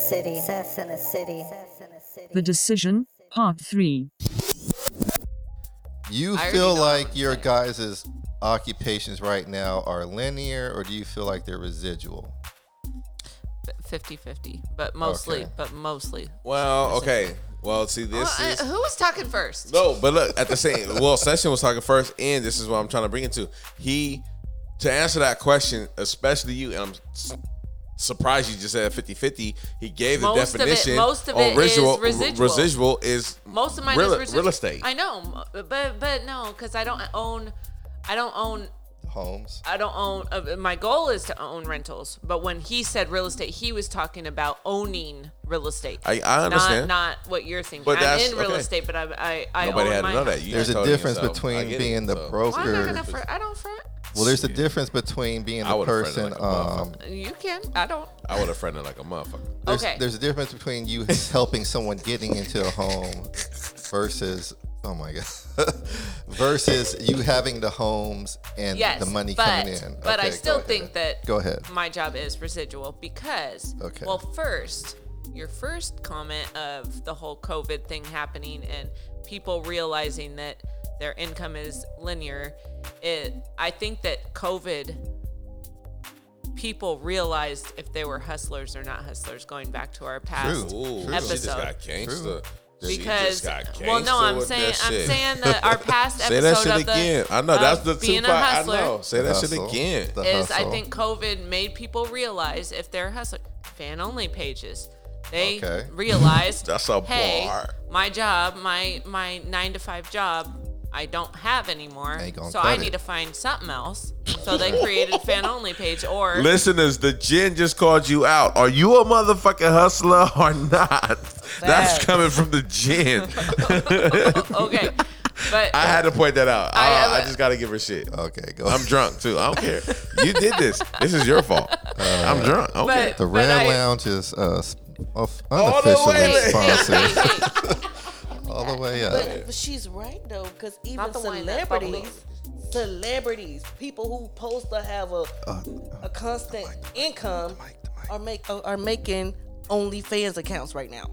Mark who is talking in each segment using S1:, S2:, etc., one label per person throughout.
S1: Success in a city.
S2: The Decision, Part 3.
S3: You
S4: I already
S3: feel
S4: know what
S3: like your guys' occupations right now are linear, or do you feel like they're residual?
S4: 50-50 but mostly
S3: Okay.
S4: but mostly
S5: Well, okay. Well, see, this
S4: Well, I-
S5: is
S4: who was talking first
S5: no, but look at the same. Well, Session was talking first, and this is what I'm trying to bring it to. He to answer that question, especially you, and I'm s- surprised you just said 50 50. He gave the
S4: Most of it-
S5: definition.
S4: most of
S5: on
S4: it is
S5: residual-
S4: residual.
S5: Residual is
S4: most of mine
S5: real,
S4: is residual.
S5: real estate.
S4: i know but but no because i don't own i don't own
S3: Homes.
S4: i don't own uh, my goal is to own rentals but when he said real estate he was talking about owning real estate
S5: I- I understand.
S4: not, not what you're thinking
S5: But
S4: i'm
S5: that's-
S4: in real
S5: okay.
S4: estate but i i, I
S5: Nobody
S4: own
S5: had
S4: my
S5: to know that.
S4: house.
S5: You
S3: There's
S5: just
S3: a
S5: told me
S3: difference
S5: yourself. I
S3: between
S5: get it,
S3: being the
S5: so.
S3: broker.
S4: Why am I gonna fr- i don't front
S3: Well, there's a difference between being
S5: I
S3: the
S5: would've
S3: person.
S5: friended like a
S3: um,
S5: motherfucker.
S4: you can i don't
S5: I would have friended like a motherfucker.
S3: there's,
S4: okay
S3: there's a difference between you helping someone getting into a home versus oh my god, versus you having the homes and
S4: yes
S3: the money
S4: but,
S3: coming in.
S4: but
S3: Okay,
S4: i
S3: go
S4: still
S3: ahead.
S4: think that
S3: Go ahead.
S4: my job is residual because
S3: Okay.
S4: well first your first comment of the whole covid thing happening and people realizing that their income is linear it i think that covid people realized if they were hustlers or not hustlers going back to our past
S3: True.
S5: Ooh,
S4: Episode.
S5: she just got gangster. She
S4: because
S5: just got
S4: well no
S5: gangster
S4: i'm
S5: with
S4: saying
S5: that
S4: i'm
S5: shit.
S4: saying that our past
S5: Say
S4: episode
S5: that shit
S4: of the,
S5: again. I know
S4: of
S5: that's the
S4: being a
S5: Tupac. I
S4: hustler
S5: know. Say that shit
S3: Hustle.
S5: again.
S3: The
S4: is I
S3: hustle.
S4: think COVID made people realize if they're hustling fan only pages, they
S3: Okay.
S4: realized
S5: That's a
S4: hey,
S5: bar.
S4: my job, my my nine to five job, I don't have anymore.
S3: Ain't gonna
S4: So I
S3: cut it.
S4: need to find something else. So they created fan only page or
S5: Listeners, the gin just called you out. Are you a motherfucking hustler or not? That's
S4: Facts.
S5: coming from the gin.
S4: okay. But
S5: I had to point that out.
S4: I
S5: I,
S4: have
S5: I
S4: a-
S5: just got to give her shit.
S3: Okay, go.
S5: I'm drunk too. I don't care. You did this. This is your fault. I'm drunk. Okay.
S3: The
S4: But
S3: Red
S4: I-
S3: Lounge is uh, s- of-
S5: All the
S3: unofficially
S5: way there.
S3: sponsored
S4: hey, hey,
S3: all the way up.
S6: But but she's right though, because even
S4: the wine, that
S6: celebrities, celebrities, people who supposed to have a
S3: Uh,
S6: a constant income
S3: mic, the mic.
S6: are make uh, are are making OnlyFans accounts right now.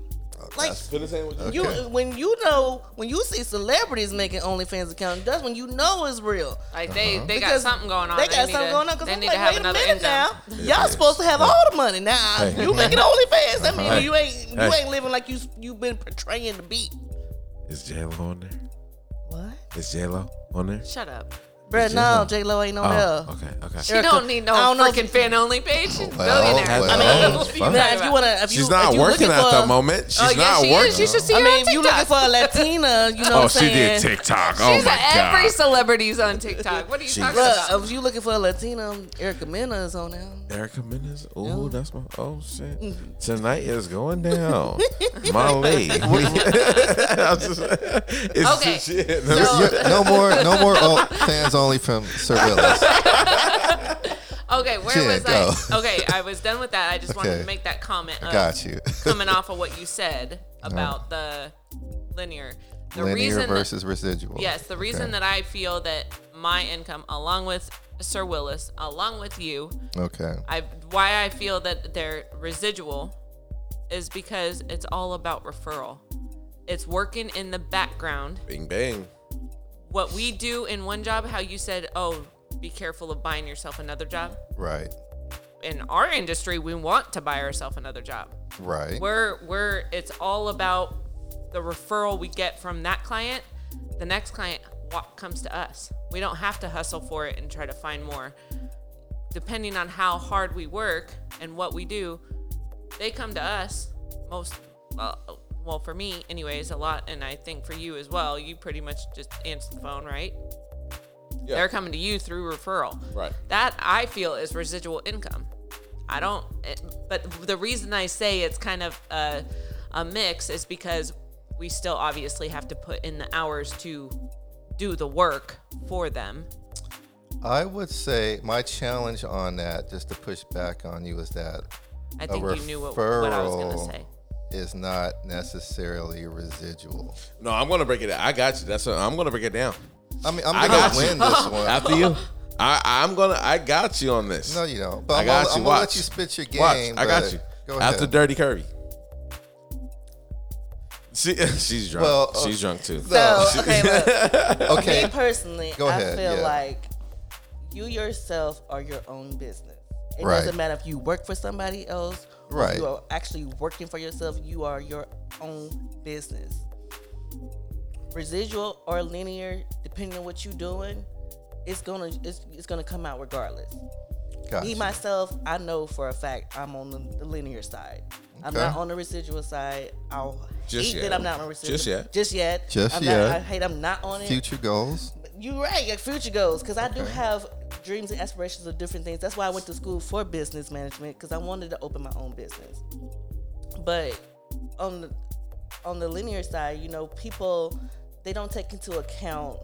S6: Like you,
S3: Oh, Okay.
S6: when you know when you see celebrities making OnlyFans accounts, that's when you know it's real.
S4: like they,
S3: Uh-huh.
S4: they got
S6: Because
S4: something going on.
S6: They got
S4: need
S6: something
S4: to-
S6: going on because
S4: They
S6: I'm
S4: need
S6: like,
S4: to have
S6: wait a
S4: another
S6: minute
S4: income.
S6: now. Y'all supposed to have all the money now.
S3: Hey.
S6: You making OnlyFans? That means
S5: Hey.
S6: you ain't you
S5: Hey.
S6: ain't living like you you've been portraying to be.
S5: Is J Lo on there?
S6: What?
S5: Is J Lo on there?
S4: Shut up.
S6: Bruh, no, J Lo ain't on there.
S5: Oh, okay. Okay.
S4: She
S6: Erica,
S4: don't need no
S6: I don't know if-
S4: freaking fan only page. She's
S3: well,
S4: billionaire.
S3: well, Oh,
S4: I mean,
S3: well,
S4: what are you
S3: fuck.
S6: Now,
S4: talking
S6: if you
S4: about?
S6: want to, if you,
S5: She's not
S6: if you
S5: working
S6: looking
S5: at
S6: for,
S5: the moment. She's
S4: oh, yeah,
S5: not
S4: she
S5: working.
S4: is. You should see
S6: I
S4: her
S6: mean, if
S4: on
S6: you
S4: TikTok.
S6: looking for a Latina, you know
S5: Oh,
S6: what
S5: she
S6: I'm
S5: did
S6: saying?
S5: TikTok. Oh
S4: She's
S5: my
S4: a- every
S5: god.
S4: celebrity's on TikTok. What are you
S5: She-
S4: talking about?
S6: Bruh, if you looking for a Latina, Erica Mena is on there.
S5: Erica Menace. Ooh, that's my. Oh
S3: Mm-hmm.
S5: shit. Tonight is going down. Molly. I was just- it's
S4: Okay,
S5: shit.
S4: so-
S3: You're- no more, no more o- fans only from Sir Willis.
S4: Okay, where
S3: Yeah,
S4: was
S3: go.
S4: I? Okay, I was done with that. I just wanted
S3: Okay.
S4: to make that comment. Of
S3: Got you.
S4: coming off of what you said about the linear. The
S3: Linear
S4: reason that-
S3: versus residual.
S4: Yes, the reason that I feel that my income, along with Sir Willis, along with you,
S3: Okay.
S4: I why I feel that they're residual is because it's all about referral. It's working in the background
S5: Bing bang.
S4: what we do in one job, how you said, oh, be careful of buying yourself another job.
S3: Right.
S4: In our industry, we want to buy ourselves another job.
S3: Right.
S4: We're we're it's all about the referral we get from that client. The next client wa- comes to us. We don't have to hustle for it and try to find more. Depending on how hard we work and what we do, they come to us most well, well for me anyways a lot and I think for you as well. You pretty much just answer the phone, right?
S5: Yeah.
S4: They're coming to you through referral.
S5: Right.
S4: That I feel is residual income. I don't, it, but the reason I say it's kind of a, a mix is because we still obviously have to put in the hours to do the work for them.
S3: I would say my challenge on that, just to push back on you, is that
S4: I think you knew what, what I was going to
S3: referral.
S4: say.
S3: is not necessarily residual.
S5: No, I'm gonna break it. down. I got you. That's what, I'm gonna break it down
S3: I mean, I'm
S5: I
S3: gonna
S5: got you.
S3: win this one.
S5: after you. I I'm gonna. I got you on this.
S3: No, you don't. But
S5: I
S3: I'm
S5: got
S3: gonna,
S5: you.
S3: I'm gonna
S5: Watch.
S3: let you spit your game.
S5: Watch. I got
S3: but
S5: you.
S3: Go ahead.
S5: after Dirty Curry. She, she's drunk.
S3: Well, uh,
S5: she's drunk too.
S6: So
S3: she-
S6: okay, look, me
S3: Okay.
S6: personally,
S3: Go
S6: I
S3: ahead,
S6: feel
S3: yeah.
S6: like you yourself are your own business. It
S3: Right.
S6: doesn't matter if you work for somebody else. or
S3: Right.
S6: You are actually working for yourself. You are your own business. Residual or linear, depending on what you're doing, it's gonna it's, it's gonna come out regardless.
S3: Gotcha.
S6: Me myself, I know for a fact I'm on the, the linear side. I'm
S3: Okay.
S6: not on the residual side. I'll
S5: Just
S6: hate
S5: yet.
S6: that I'm not on residual.
S5: Just yet.
S6: Just yet.
S3: Just
S6: I'm
S3: yet.
S6: Not, I hate I'm not on it.
S3: Future goals.
S6: You're right. Your future goals, because I do have dreams and aspirations of different things. That's why I went to school for business management, because I wanted to open my own business. But on the on the linear side, you know, people they don't take into account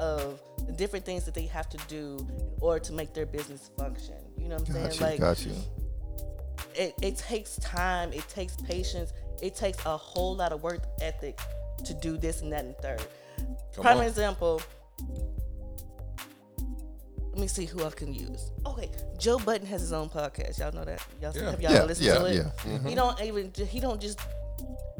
S6: of the different things that they have to do in order to make their business function. You know what I'm
S3: Got
S6: saying?
S3: you.
S6: Like
S3: Got you.
S6: it, it takes time, it takes patience, it takes a whole lot of work ethic to do this and that and third. Prime
S5: on.
S6: example. Let me see who I can use. Okay, Joe Button has his own podcast. Y'all know that. Y'all
S5: Yeah. Mm-hmm.
S6: have y'all
S3: Yeah.
S6: listened
S3: Yeah.
S6: to it.
S3: Yeah.
S6: He don't even. He don't just.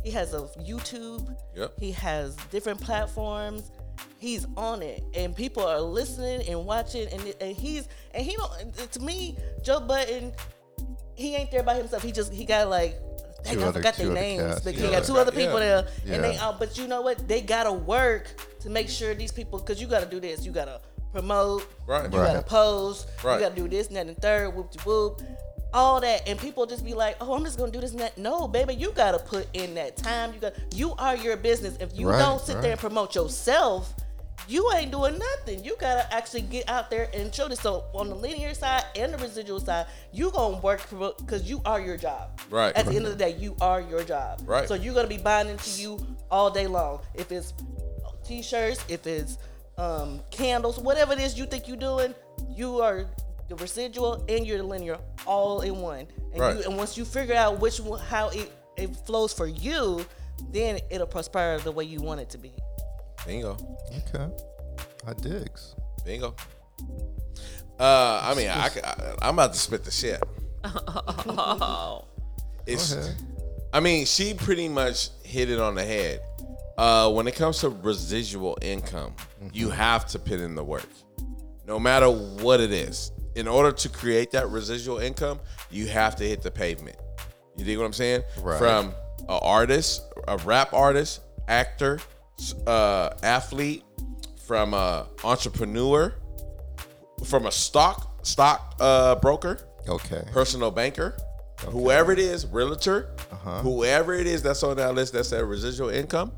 S6: He has a YouTube.
S5: Yep.
S6: He has different platforms. He's on it, and people are listening and watching, and, and he's and he don't. To me, Joe Button, he ain't there by himself. He just he got like. Dang,
S3: Two
S6: I
S3: other-
S6: forgot
S3: two
S6: their
S3: other
S6: names.
S3: cats.
S6: But
S5: Yeah.
S6: he got two other people
S5: Yeah.
S6: there, and they
S3: Yeah.
S6: all. But you know what? They gotta work to make sure these people, because you gotta do this. You gotta promote.
S5: Right.
S6: You gotta
S3: Right.
S6: pose.
S5: Right.
S6: You gotta do this, and that, and third, whoop de whoop, all that. And people just be like, oh, I'm just gonna do this and that. No, baby, you gotta put in that time. You got you are your business. If you
S3: Right,
S6: don't sit
S3: right.
S6: there and promote yourself, you ain't doing nothing. You gotta actually get out there and show this. So on the linear side and the residual side, you gonna work because you are your job.
S5: Right.
S6: At the end of the day, you are your job.
S5: Right.
S6: So you're gonna be buying into you all day long. If it's t-shirts, if it's um, candles, whatever it is you think you're doing, you are the residual and you're the linear all in one. And,
S5: Right.
S6: you, and once you figure out which one, how it, it flows for you, then it'll prosper the way you want it to be.
S5: Bingo.
S3: Okay. I digs.
S5: Bingo. Uh, I mean, I, I, am about to spit the shit.
S4: Oh.
S5: it's,
S3: Go ahead.
S5: I mean, she pretty much hit it on the head. Uh, when it comes to residual income, you have to put in the work, no matter what it is. In order to create that residual income, you have to hit the pavement. You dig what I'm saying?
S3: Right.
S5: From a artist, a rap artist, actor, s- uh, athlete, from a entrepreneur, from a stock stock uh, broker,
S3: Okay.
S5: personal banker, whoever it is, realtor,
S3: Uh-huh.
S5: whoever it is that's on that list that's that residual income,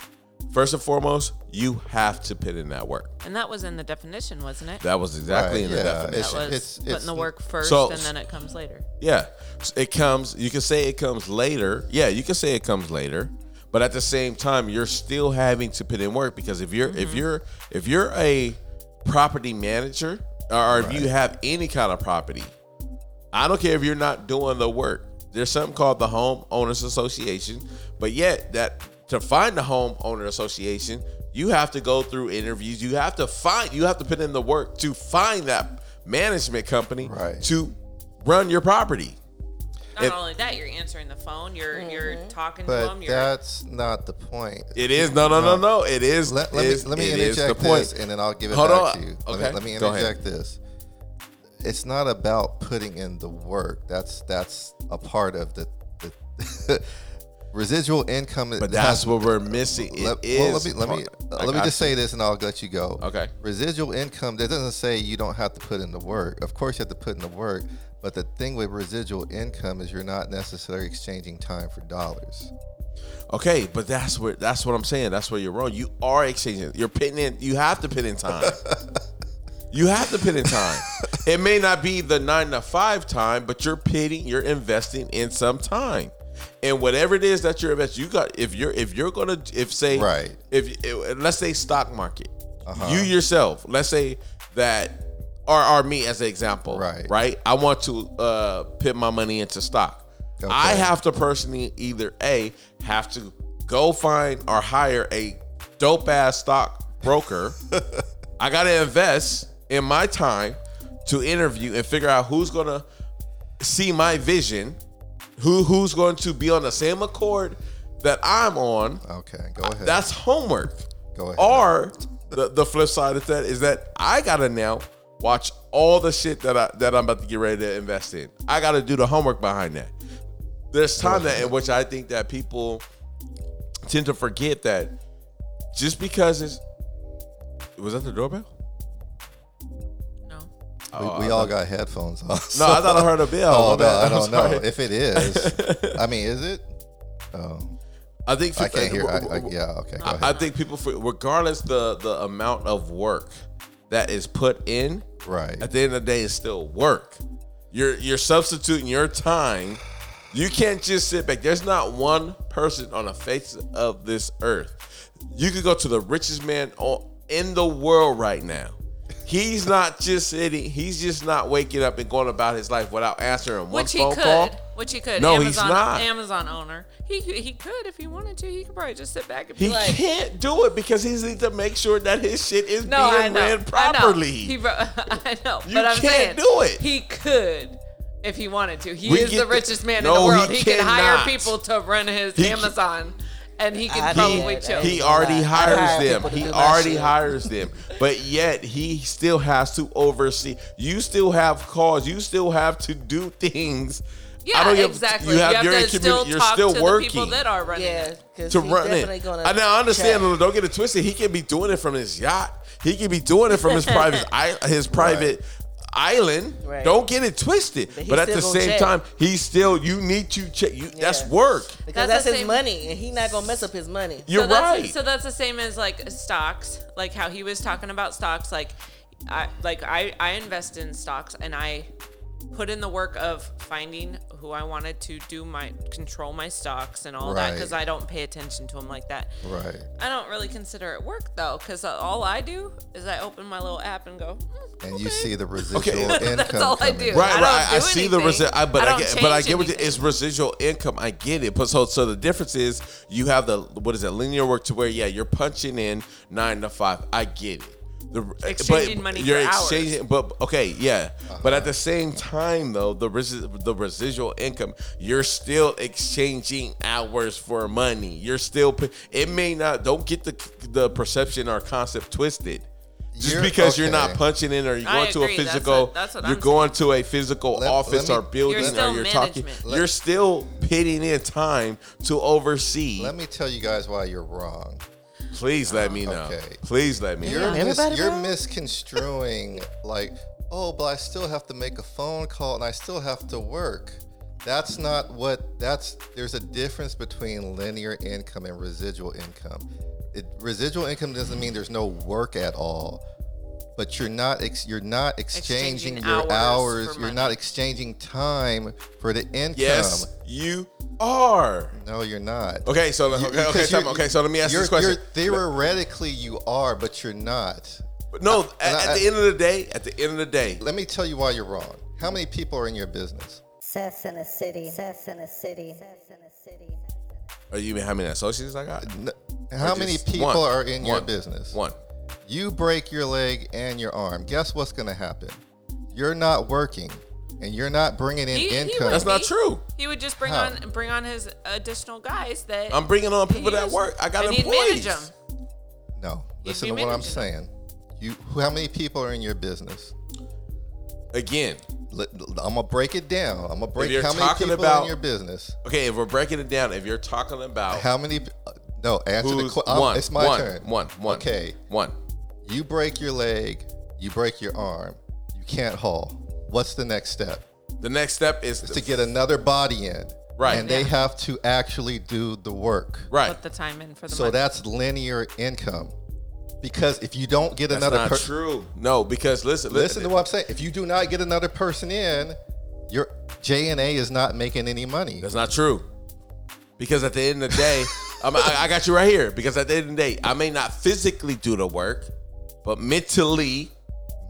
S5: first and foremost, you have to put in that work.
S4: And that was in the definition, wasn't it?
S5: That was exactly
S3: Right,
S5: in the
S3: yeah.
S5: definition.
S4: That
S3: It's-
S4: was
S3: it's-
S4: putting
S3: it's-
S4: the work first
S5: So-
S4: and then it comes later.
S5: Yeah. S- It comes, you can say it comes later. Yeah, you can say it comes later. But at the same time, you're still having to put in work because if you're if you're if you're a property manager or if you have any kind of property, I don't care if you're not doing the work. There's something called the homeowners association, but yet that to find the homeowner association, you have to go through interviews. You have to find. You have to put in the work to find that management company
S3: Right.
S5: to run your property.
S4: Not
S5: If-
S4: only that, you're answering the phone, you're you're talking to
S3: But
S4: them, you're
S3: that's not the point.
S5: It is no, no, no, no. It is.
S3: Let, let
S5: is-
S3: me let me
S5: it is
S3: interject
S5: the point.
S3: this, and then I'll give it
S5: Hold
S3: back
S5: on.
S3: to you. Let
S5: Okay,
S3: me, let me
S5: go ahead.
S3: interject this. It's not about putting in the work. That's that's a part of the, the residual income.
S5: but that's what we're missing. It
S3: Let,
S5: is
S3: well, let me let me
S5: part-
S3: uh,
S5: I
S3: let me
S5: got
S3: just
S5: you.
S3: say this, and I'll let you go.
S5: Okay.
S3: Residual income. That doesn't say you don't have to put in the work. Of course, you have to put in the work. But the thing with residual income is you're not necessarily exchanging time for dollars.
S5: Okay, but that's where that's what I'm saying. That's where you're wrong. You are exchanging. You're putting in. You have to put in time. you have to put in time. It may not be the nine to five time, but you're pitting. You're investing in some time, and whatever it is that you're investing, you got. If you're if you're gonna if say
S3: Right. Uh-huh.
S5: If, if let's say stock market, you yourself. Let's say that. Or, or me as an example,
S3: Right.
S5: Right. I want to uh, put my money into stock. I
S3: Okay.
S5: have have to personally either a have to go find or hire a dope ass stock broker. I gotta invest in my time to interview and figure out who's gonna see my vision, who who's going to be on the same accord that I'm on,
S3: Okay, Oh, go ahead.
S5: that's homework.
S3: Go ahead.
S5: Or the, the flip side of that is that I gotta now watch all the shit that I that I'm about to get ready to invest in. I gotta do the homework behind that. There's time that in which I think that people tend to forget that just because it's was that the doorbell?
S4: No.
S5: Oh,
S3: we,
S5: I
S3: we all
S5: thought-
S3: got headphones on. so-
S5: No, I thought I heard a bell.
S3: Oh no,
S5: My bad.
S3: I
S5: I'm
S3: don't know
S5: sorry.
S3: if it is. I mean, is it? Oh,
S5: I think
S3: I can't hear. I,
S5: w-
S3: I,
S5: w-
S3: yeah, okay, go ahead.
S5: I, I think people, for- regardless the the amount of work that is put in,
S3: right.
S5: at the end of the day, it's still work. You're you're substituting your time. You can't just sit back. There's not one person on the face of this earth. You could go to the richest man on, in the world right now. He's not just sitting. He's just not waking up and going about his life without answering one
S4: Which he
S5: phone
S4: could.
S5: call.
S4: Which he could.
S5: No,
S4: Amazon,
S5: he's not.
S4: Amazon owner. He could- he could if he wanted to. He could probably just sit back and be
S5: He
S4: like,
S5: can't do it because he needs to make sure that his shit is
S4: No, I
S5: being
S4: know.
S5: read
S4: I know. He
S5: properly.
S4: wrote, I know.
S5: You
S4: but I'm saying,
S5: can't do it.
S4: He could if he wanted to. He
S5: We
S4: is
S5: get
S4: the
S5: the-
S4: richest man in
S5: No,
S4: the
S5: he
S4: world. He, can hire
S5: cannot.
S4: people to run his
S5: He can-
S4: Amazon, and he
S6: I
S4: can
S6: did
S4: probably
S6: that.
S4: chill.
S5: He already
S6: I
S5: hires
S6: hire
S5: them.
S6: people to
S5: He
S6: do my
S5: already
S6: shit.
S5: hires them. But yet he still has to oversee. You still have calls. You still have to do things.
S4: yeah,
S5: give-
S4: exactly. You have, to still talk to the people that are running.
S6: Yeah,
S4: it.
S6: 'cause
S5: to
S6: he's
S5: run
S6: definitely
S5: it.
S6: gonna
S5: I now understand.
S6: check.
S5: Don't get it twisted. He can be doing it from his yacht. He can be doing it from his private i- his private island.
S6: Right.
S5: Don't get it twisted.
S6: But
S5: But,
S6: he
S5: at
S6: still
S5: the
S6: gonna
S5: same
S6: check.
S5: time, he still you need to check. You that's
S6: Yeah.
S5: work.
S4: That's
S6: because that's,
S4: the
S6: his
S4: same-
S6: money, and he not gonna mess up his money.
S5: You're
S4: so
S5: right.
S4: That's, so that's the same as like stocks, like how he was talking about stocks. Like, I like I I invest in stocks and I put in the work of finding who I wanted to do my control my stocks and all that because
S3: Right.
S4: I don't pay attention to them like that.
S3: Right.
S4: I don't really consider it work though because all I do is I open my little app and go. "Hmm,
S3: And you see the residual income.
S4: That's all I
S3: coming.
S4: do.
S5: Right,
S4: I don't
S5: right. I
S4: do
S5: see the
S4: anything.
S5: resi- I, but
S4: I
S5: I,
S4: don't
S5: get, but I
S4: change
S5: get what you,
S4: anything.
S5: it's residual income. I get it. But so, so the difference is you have the what is it linear work to where yeah you're punching in nine to five. I get it. The, uh,
S4: Exchanging money for hours.
S5: but okay, yeah.
S3: Uh-huh.
S5: But at the same time, though, the resi- the residual income, you're still exchanging hours for money. You're still p- it may not. Don't get the the perception or concept twisted. Just
S3: You're-
S5: because you're not
S3: okay.
S5: punching in or you're
S4: I
S5: going to a
S4: agree. That's
S5: physical,
S4: what- that's what
S5: you're
S4: I'm
S5: going to a physical
S3: Let-
S5: office
S3: let
S5: or
S3: me-
S5: building
S4: You're still
S5: or you're talking,
S4: management.
S5: you're still pitting in time to oversee.
S3: Let me tell you guys why you're wrong.
S5: Please let me know.
S3: Okay.
S5: Please let me
S3: You're
S5: know.
S3: mis-
S6: everybody
S3: you're
S6: wrong?
S3: misconstruing like, oh, but I still have to make a phone call and I still have to work. That's not what that's there's a difference between linear income and residual income. It, residual income doesn't mean there's no work at all. But you're not ex, you're not exchanging,
S4: Exchanging
S3: your hours.
S4: hours for
S3: you're
S4: money.
S3: not exchanging time for the income.
S5: Yes, you are.
S3: No, you're not.
S5: Okay, so okay,
S3: You-
S5: okay,
S3: because
S5: time
S3: you're-
S5: out. okay, so let me ask
S3: you're-
S5: this question.
S3: you're- theoretically, you are, but you're not.
S5: no, at,
S3: and I-
S5: at the end of the day, at the end of the day,
S3: Let me tell you why you're wrong. How many people are in your business?
S1: Seth in a city. Seth in a city. Seth in a city.
S5: are you how many associates I got?
S3: N- How
S5: Or
S3: many
S5: just
S3: people
S5: one?
S3: are in your
S5: One.
S3: business?
S5: One.
S3: You break your leg and your arm. Guess what's going to happen? You're not working, and you're not bringing in
S4: He- he
S3: income.
S4: would
S5: That's not
S4: be.
S5: true.
S4: He would just bring
S3: How?
S4: on bring on his additional guys that
S5: I'm bringing on people that
S4: Yes.
S5: work. I got
S4: and he'd
S5: employees.
S4: manage 'em.
S3: no,
S4: You'd
S3: listen
S4: be
S3: to what I'm
S4: managing.
S3: saying. You, who- how many people are in your business?
S5: Again,
S3: Let- I'm gonna break it down. I'm gonna break
S5: you're
S3: how many
S5: talking
S3: people are
S5: about-
S3: in your business.
S5: okay, if we're breaking it down, if you're talking about
S3: How many? uh, No, answer
S5: Who's
S3: the
S5: one,
S3: question. It's my
S5: one,
S3: turn.
S5: One, one,
S3: Okay,
S5: one.
S3: you break your leg, you break your arm, you can't haul. What's the next step?
S5: The next step is
S3: It's to get another body in.
S5: Right.
S3: And they have to actually do the work.
S5: right.
S4: Put the time in for the
S3: So
S4: money.
S3: that's linear income. Because if you don't get
S5: That's
S3: another
S5: not
S3: person,
S5: true. No, because listen,
S3: listen to what I'm saying. If you do not get another person in, your J and A is not making any money.
S5: That's not true. Because at the end of the day, I'm, I, I got you right here. Because at the end of the day, I may not physically do the work, but mentally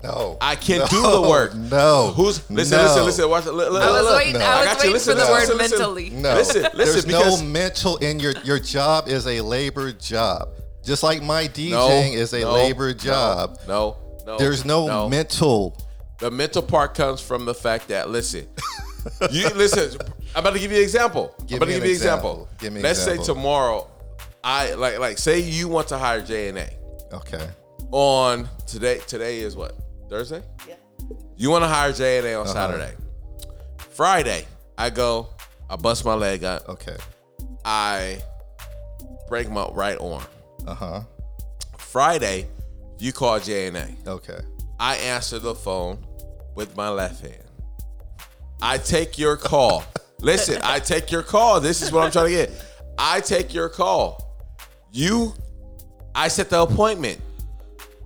S3: No,
S5: I can
S3: No.
S5: do the work.
S3: No,
S5: Who's listen?
S3: No.
S5: Listen, listen. Watch. Look, look,
S4: I was
S5: look, look.
S4: waiting.
S3: no.
S4: I
S5: I
S4: was
S5: got you.
S4: waiting
S5: Listen,
S4: for the
S5: listen,
S4: word
S5: listen, listen.
S4: mentally.
S3: No,
S5: Listen,
S3: there's
S5: listen, because-
S3: no mental in your your job is a labor job, just like my DJing is a
S5: no,
S3: labor
S5: no,
S3: job.
S5: No, no.
S3: There's no, mental.
S5: The mental part comes from the fact that listen, You listen. I'm about to give you an example.
S3: Give
S5: I'm about
S3: me an
S5: to give you an
S3: example.
S5: example.
S3: Give me an
S5: Let's say
S3: example.
S5: tomorrow, I like like say you want to hire J and A
S3: Okay.
S5: on today. Today is what Thursday.
S6: Yeah.
S5: You want to hire J and A on
S3: Uh-huh.
S5: Saturday. Friday, I go. I bust my leg up.
S3: Okay.
S5: I break my right arm.
S3: Uh huh.
S5: Friday, you call J and A.
S3: Okay.
S5: I answer the phone with my left hand. I take your call. Listen, I take your call. This is what I'm trying to get. I take your call. You, I set the appointment.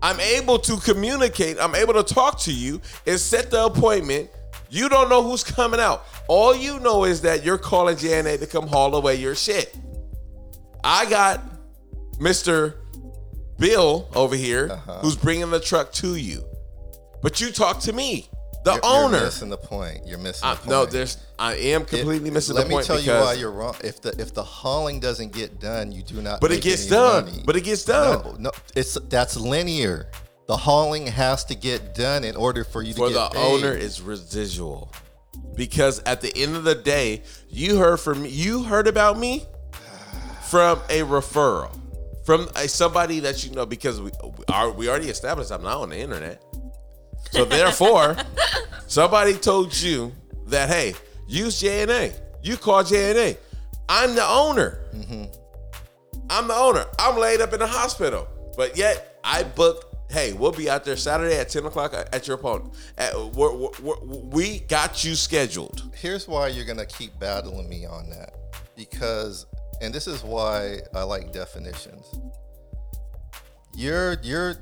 S5: I'm able to communicate. I'm able to talk to you and set the appointment. You don't know who's coming out. All you know is that you're calling JNA to come haul away your shit. I got Mr. Bill over here
S3: Uh-huh.
S5: who's bringing the truck to you. But you talk to me, the
S3: You're-
S5: owner.
S3: You're missing the point. You're missing
S5: I,
S3: the point.
S5: no, there's. I am completely missing
S3: Let
S5: the
S3: me
S5: point
S3: tell you
S5: because
S3: why you're wrong. If the if the hauling doesn't get done, you do not.
S5: But it
S3: make
S5: gets
S3: any
S5: done.
S3: money.
S5: But it gets done.
S3: No, no, it's that's linear. The hauling has to get done in order for you
S5: for
S3: to
S5: the
S3: get paid.
S5: owner is residual. Because at the end of the day, you heard from me. You heard about me from a referral from a, somebody that you know. Because we are we already established I'm not on the internet, so therefore, somebody told you that hey, use JNA. You call JNA. I'm the owner. I'm the owner. I'm laid up in the hospital. But yet I booked, hey, we'll be out there Saturday at 10 o'clock at your opponent. At- we're- we're- we're- we got you scheduled.
S3: here's why you're gonna keep battling me on that because and this is why i like definitions you're you're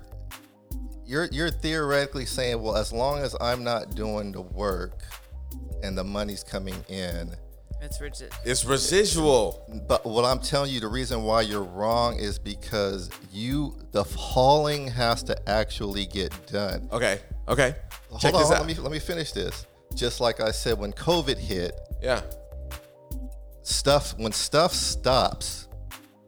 S3: you're you're theoretically saying well as long as i'm not doing the work and the money's coming in
S4: It's rigid.
S5: It's residual.
S3: but what i'm telling you the reason why you're wrong is because you the hauling has to actually get done
S5: Okay. Okay.
S3: hold
S5: Check
S3: on
S5: this
S3: hold on,
S5: out.
S3: let me let me finish this just like i said when covid hit
S5: yeah.
S3: stuff when stuff stops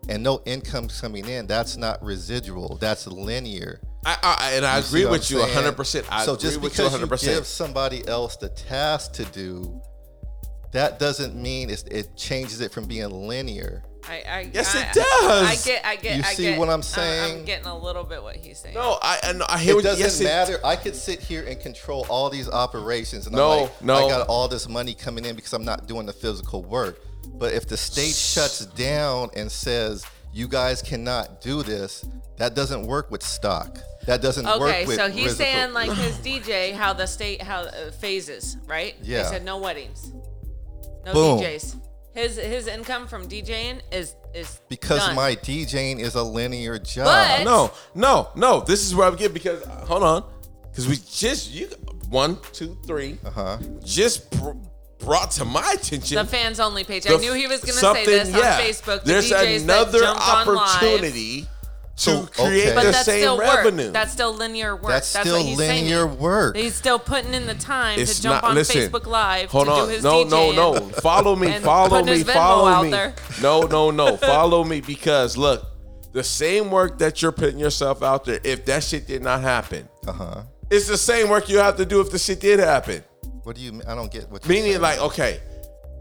S3: and no income's coming in that's not residual that's linear
S5: I, I, I- and I
S3: see
S5: agree
S3: what
S5: with
S3: I'm
S5: you
S3: saying?
S5: 100%. I
S3: so
S5: agree
S3: just
S5: with you
S3: because you,
S5: 100%.
S3: give somebody else the task to do that doesn't mean it's, it changes it from being linear
S4: I, I
S5: Yes,
S4: I,
S5: it does.
S4: I get. I get.
S3: You
S4: I
S3: see
S4: get-
S3: what I'm
S4: I-
S3: saying?
S4: I'm getting a little bit what he's saying.
S5: no, I, I, no, I hear
S3: it
S5: what you
S3: doesn't
S5: yes, it-
S3: matter i could sit here and control all these operations and
S5: No,
S3: I'm like,
S5: no.
S3: i got all this money coming in because i'm not doing the physical work but if the state shuts down and says you guys cannot do this that doesn't work with stock that doesn't
S4: Okay,
S3: work with
S4: so he's
S3: residual-
S4: saying like his DJ, how the state, how uh, phases, right?
S3: Yeah.
S4: They said no weddings, no
S3: Boom.
S4: DJs. His his income from DJing is is
S3: Because
S4: done.
S3: my DJing is a linear job.
S4: But-
S5: No, no, no. This is where I'm getting because uh, hold on, because we just you one, two, three,
S3: huh?
S5: just br- brought to my attention
S4: the fans only page. I
S5: the-
S4: knew he was gonna say
S5: something-
S4: this
S5: yeah.
S4: on Facebook. The
S5: There's
S4: DJs
S5: another
S4: that jumped on live,
S5: opportunity
S3: So,
S5: to create
S3: okay.
S4: but
S5: the
S4: that's
S5: same
S4: still
S5: revenue.
S4: work. That's still linear work.
S3: That's
S4: That's,
S3: still
S4: what he's
S3: linear
S4: saying.
S3: work.
S4: He's still putting in the time to jump on Facebook Live
S5: Hold
S4: to
S5: on.
S4: do his
S5: no, no,
S4: DJing. Oh,
S5: no. Follow me.
S4: and
S5: Follow
S4: putting
S5: me.
S4: his Venmo
S5: Follow
S4: out
S5: me.
S4: there.
S5: No, no, no. follow me because look, the same work that you're putting yourself out there. If that shit did not happen,
S3: Uh huh.
S5: it's the same work you have to do if the shit did happen.
S3: What do you? mean? I don't get what. You're
S5: Meaning,
S3: saying.
S5: like, okay,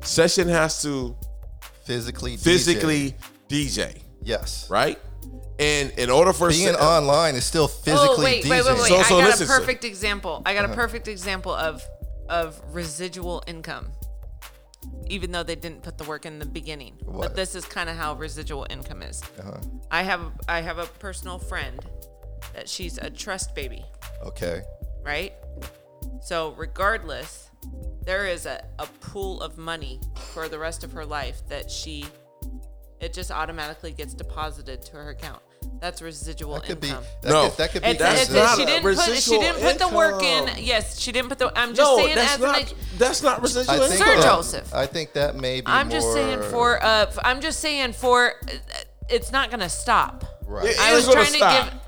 S5: session has to
S3: physically, DJ.
S5: physically DJ,
S3: yes.
S5: right? And in order for
S3: Being
S5: se-
S3: online is still physically
S4: oh, wait,
S3: DJing.
S4: Wait, wait, wait.
S5: So-
S4: I
S5: so
S4: got
S5: listen,
S4: a
S5: so- Uh-huh.
S4: perfect example. I got a perfect example of of residual income. Even though they didn't put the work in the beginning.
S3: What?
S4: But this is kind of how residual income is.
S5: Uh-huh.
S4: I have I have a personal friend that she's a trust baby,
S3: Okay.
S4: right? So regardless, there is a, a pool of money for the rest of her life that she it just automatically gets deposited to her account. That's residual
S3: That could be.
S4: income.
S3: That
S5: No.
S3: could, that could be.
S4: It's,
S5: That's
S4: it's,
S5: not
S4: she
S5: a
S4: didn't put she
S5: residual
S4: didn't put the work in.
S5: income.
S4: Yes, she didn't put the. I'm just
S5: no,
S4: saying
S5: that's
S4: as
S5: not
S4: an.
S5: that's not residual.
S3: I think
S5: income.
S4: Sir
S3: that-
S4: Joseph.
S3: I think that may be.
S4: I'm just saying
S3: more-
S4: for uh. f- I'm just saying for. uh, It's not gonna stop.
S3: Right.
S5: It
S4: I
S5: is
S4: was
S5: gonna
S4: trying to
S5: stop.
S4: give-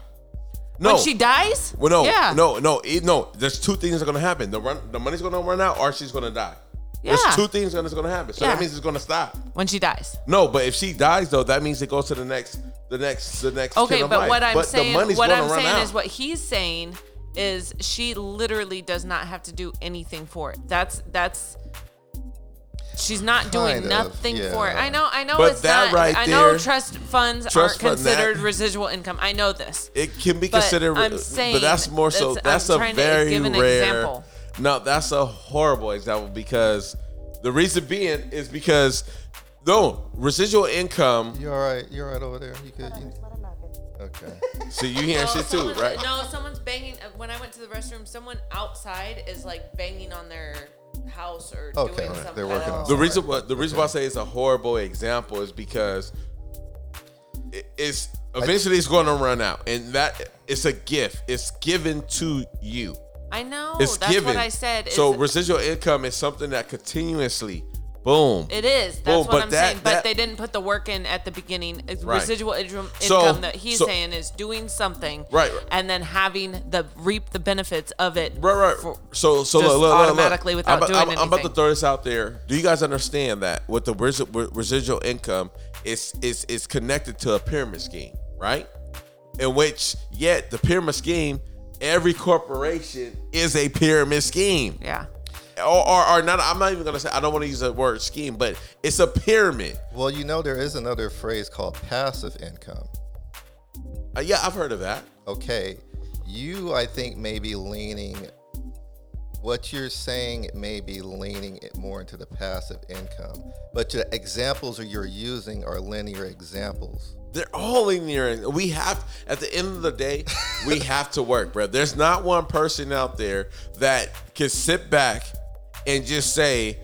S5: No,
S4: When she dies.
S5: Well, no,
S4: Yeah.
S5: no, no, it, no. There's two things that are gonna happen. The run, the money's gonna run out, or she's gonna die.
S4: Yeah.
S5: There's two things that's gonna happen. So
S4: Yeah.
S5: that means it's gonna stop.
S4: When she dies.
S5: No, but if she dies though, that means it goes to the next, the next, the next.
S4: Okay,
S5: kid of
S4: but
S5: life.
S4: what I'm
S5: but
S4: saying,
S5: the money's
S4: what
S5: gonna
S4: I'm
S5: run
S4: saying
S5: out.
S4: is what he's saying is she literally does not have to do anything for it. That's that's she's not doing
S3: Kind of,
S4: nothing for it.
S3: yeah.
S4: I know, I know
S5: But
S4: it's
S5: that
S4: not.
S5: right
S4: I know
S5: there-
S4: trust funds
S5: Trust
S4: aren't
S5: fund, that-
S4: considered residual income. I know this.
S5: It can be
S4: But
S5: considered,
S4: I'm
S5: but
S4: saying
S5: that's more so.
S4: that's-
S5: That's,
S4: I'm
S5: a
S4: trying to
S5: very
S4: give an
S5: rare.
S4: example.
S5: No, that's a horrible example because the reason being is because no residual income.
S3: You all right? You all right over there? You good? You- Okay.
S5: So you hearing shit too,
S4: someone's-
S5: right?
S4: No, someone's banging. uh, When I went to the restroom, someone outside is like banging on their house or
S3: Okay,
S4: doing
S3: all right.
S4: something.
S3: They're working on
S5: The reason why the reason why I say it's a horrible example is because it- it's eventually it's going to run out, and that it's a gift. It's given to you.
S4: I know.
S5: It's
S4: that's
S5: given.
S4: what I said. It's,
S5: So residual income is something that continuously, boom.
S4: it is. That's
S5: Boom,
S4: what
S5: but
S4: I'm
S5: that-
S4: saying. But
S5: that-
S4: they didn't put the work in at the beginning. It's
S5: Right.
S4: Residual income,
S5: So-
S4: income that he's
S5: so-
S4: saying is doing something,
S5: Right, right.
S4: and then having the reap the benefits of it,
S5: Right, right.
S4: for-
S5: so, so
S4: just
S5: look, look, look, look.
S4: automatically without
S5: I'm, about-
S4: doing
S5: I'm, I'm about to
S4: anything.
S5: throw this out there. Do you guys understand that with the resi- re- residual income, it's it's it's connected to a pyramid scheme, right? In which, yet the pyramid scheme, every corporation is a pyramid scheme,
S4: yeah.
S5: or, or, or not. I'm not even gonna say. I don't want to use the word scheme, but it's a pyramid.
S3: Well, you know there is another phrase called passive income.
S5: Uh, yeah, I've heard of that.
S3: okay, you I think may be leaning what you're saying may be leaning it more into the passive income, but your examples that you're using are linear examples.
S5: They're all in here. We have, at the end of the day, we have to work, bro. There's not one person out there that can sit back and just say,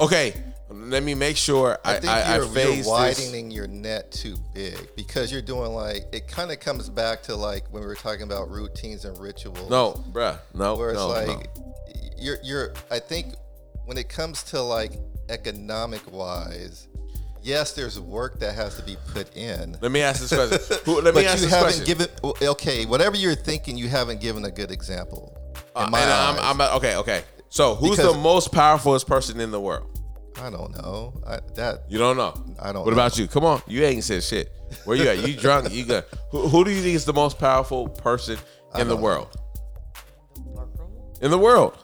S5: "Okay, let me make sure I,
S3: I
S5: I,
S3: think
S5: I,
S3: you're, you're
S5: phase this."
S3: widening your net too big because you're doing like it kind of comes back to like when we were talking about routines and rituals.
S5: No, bruh, no,
S3: where it's
S5: no,
S3: like
S5: no.
S3: you're you're i think when it comes to like economic wise yes there's work that has to be put in
S5: Let me ask this question. Who, let
S3: but
S5: me ask
S3: you
S5: this
S3: haven't
S5: question.
S3: given well, okay whatever you're thinking you haven't given a good example
S5: Uh,
S3: in my
S5: and I'm,
S3: eyes.
S5: I'm not- okay, okay. So, who's
S3: Because-
S5: the most powerfulest person in the world?
S3: i don't know I, that
S5: You don't know.
S3: I don't
S5: What
S3: know.
S5: about you? Come on, you ain't said shit. Where you at? You drunk? You good? Who, who do you think is the most powerful person
S3: don't
S5: in the
S3: know.
S5: world? In the world.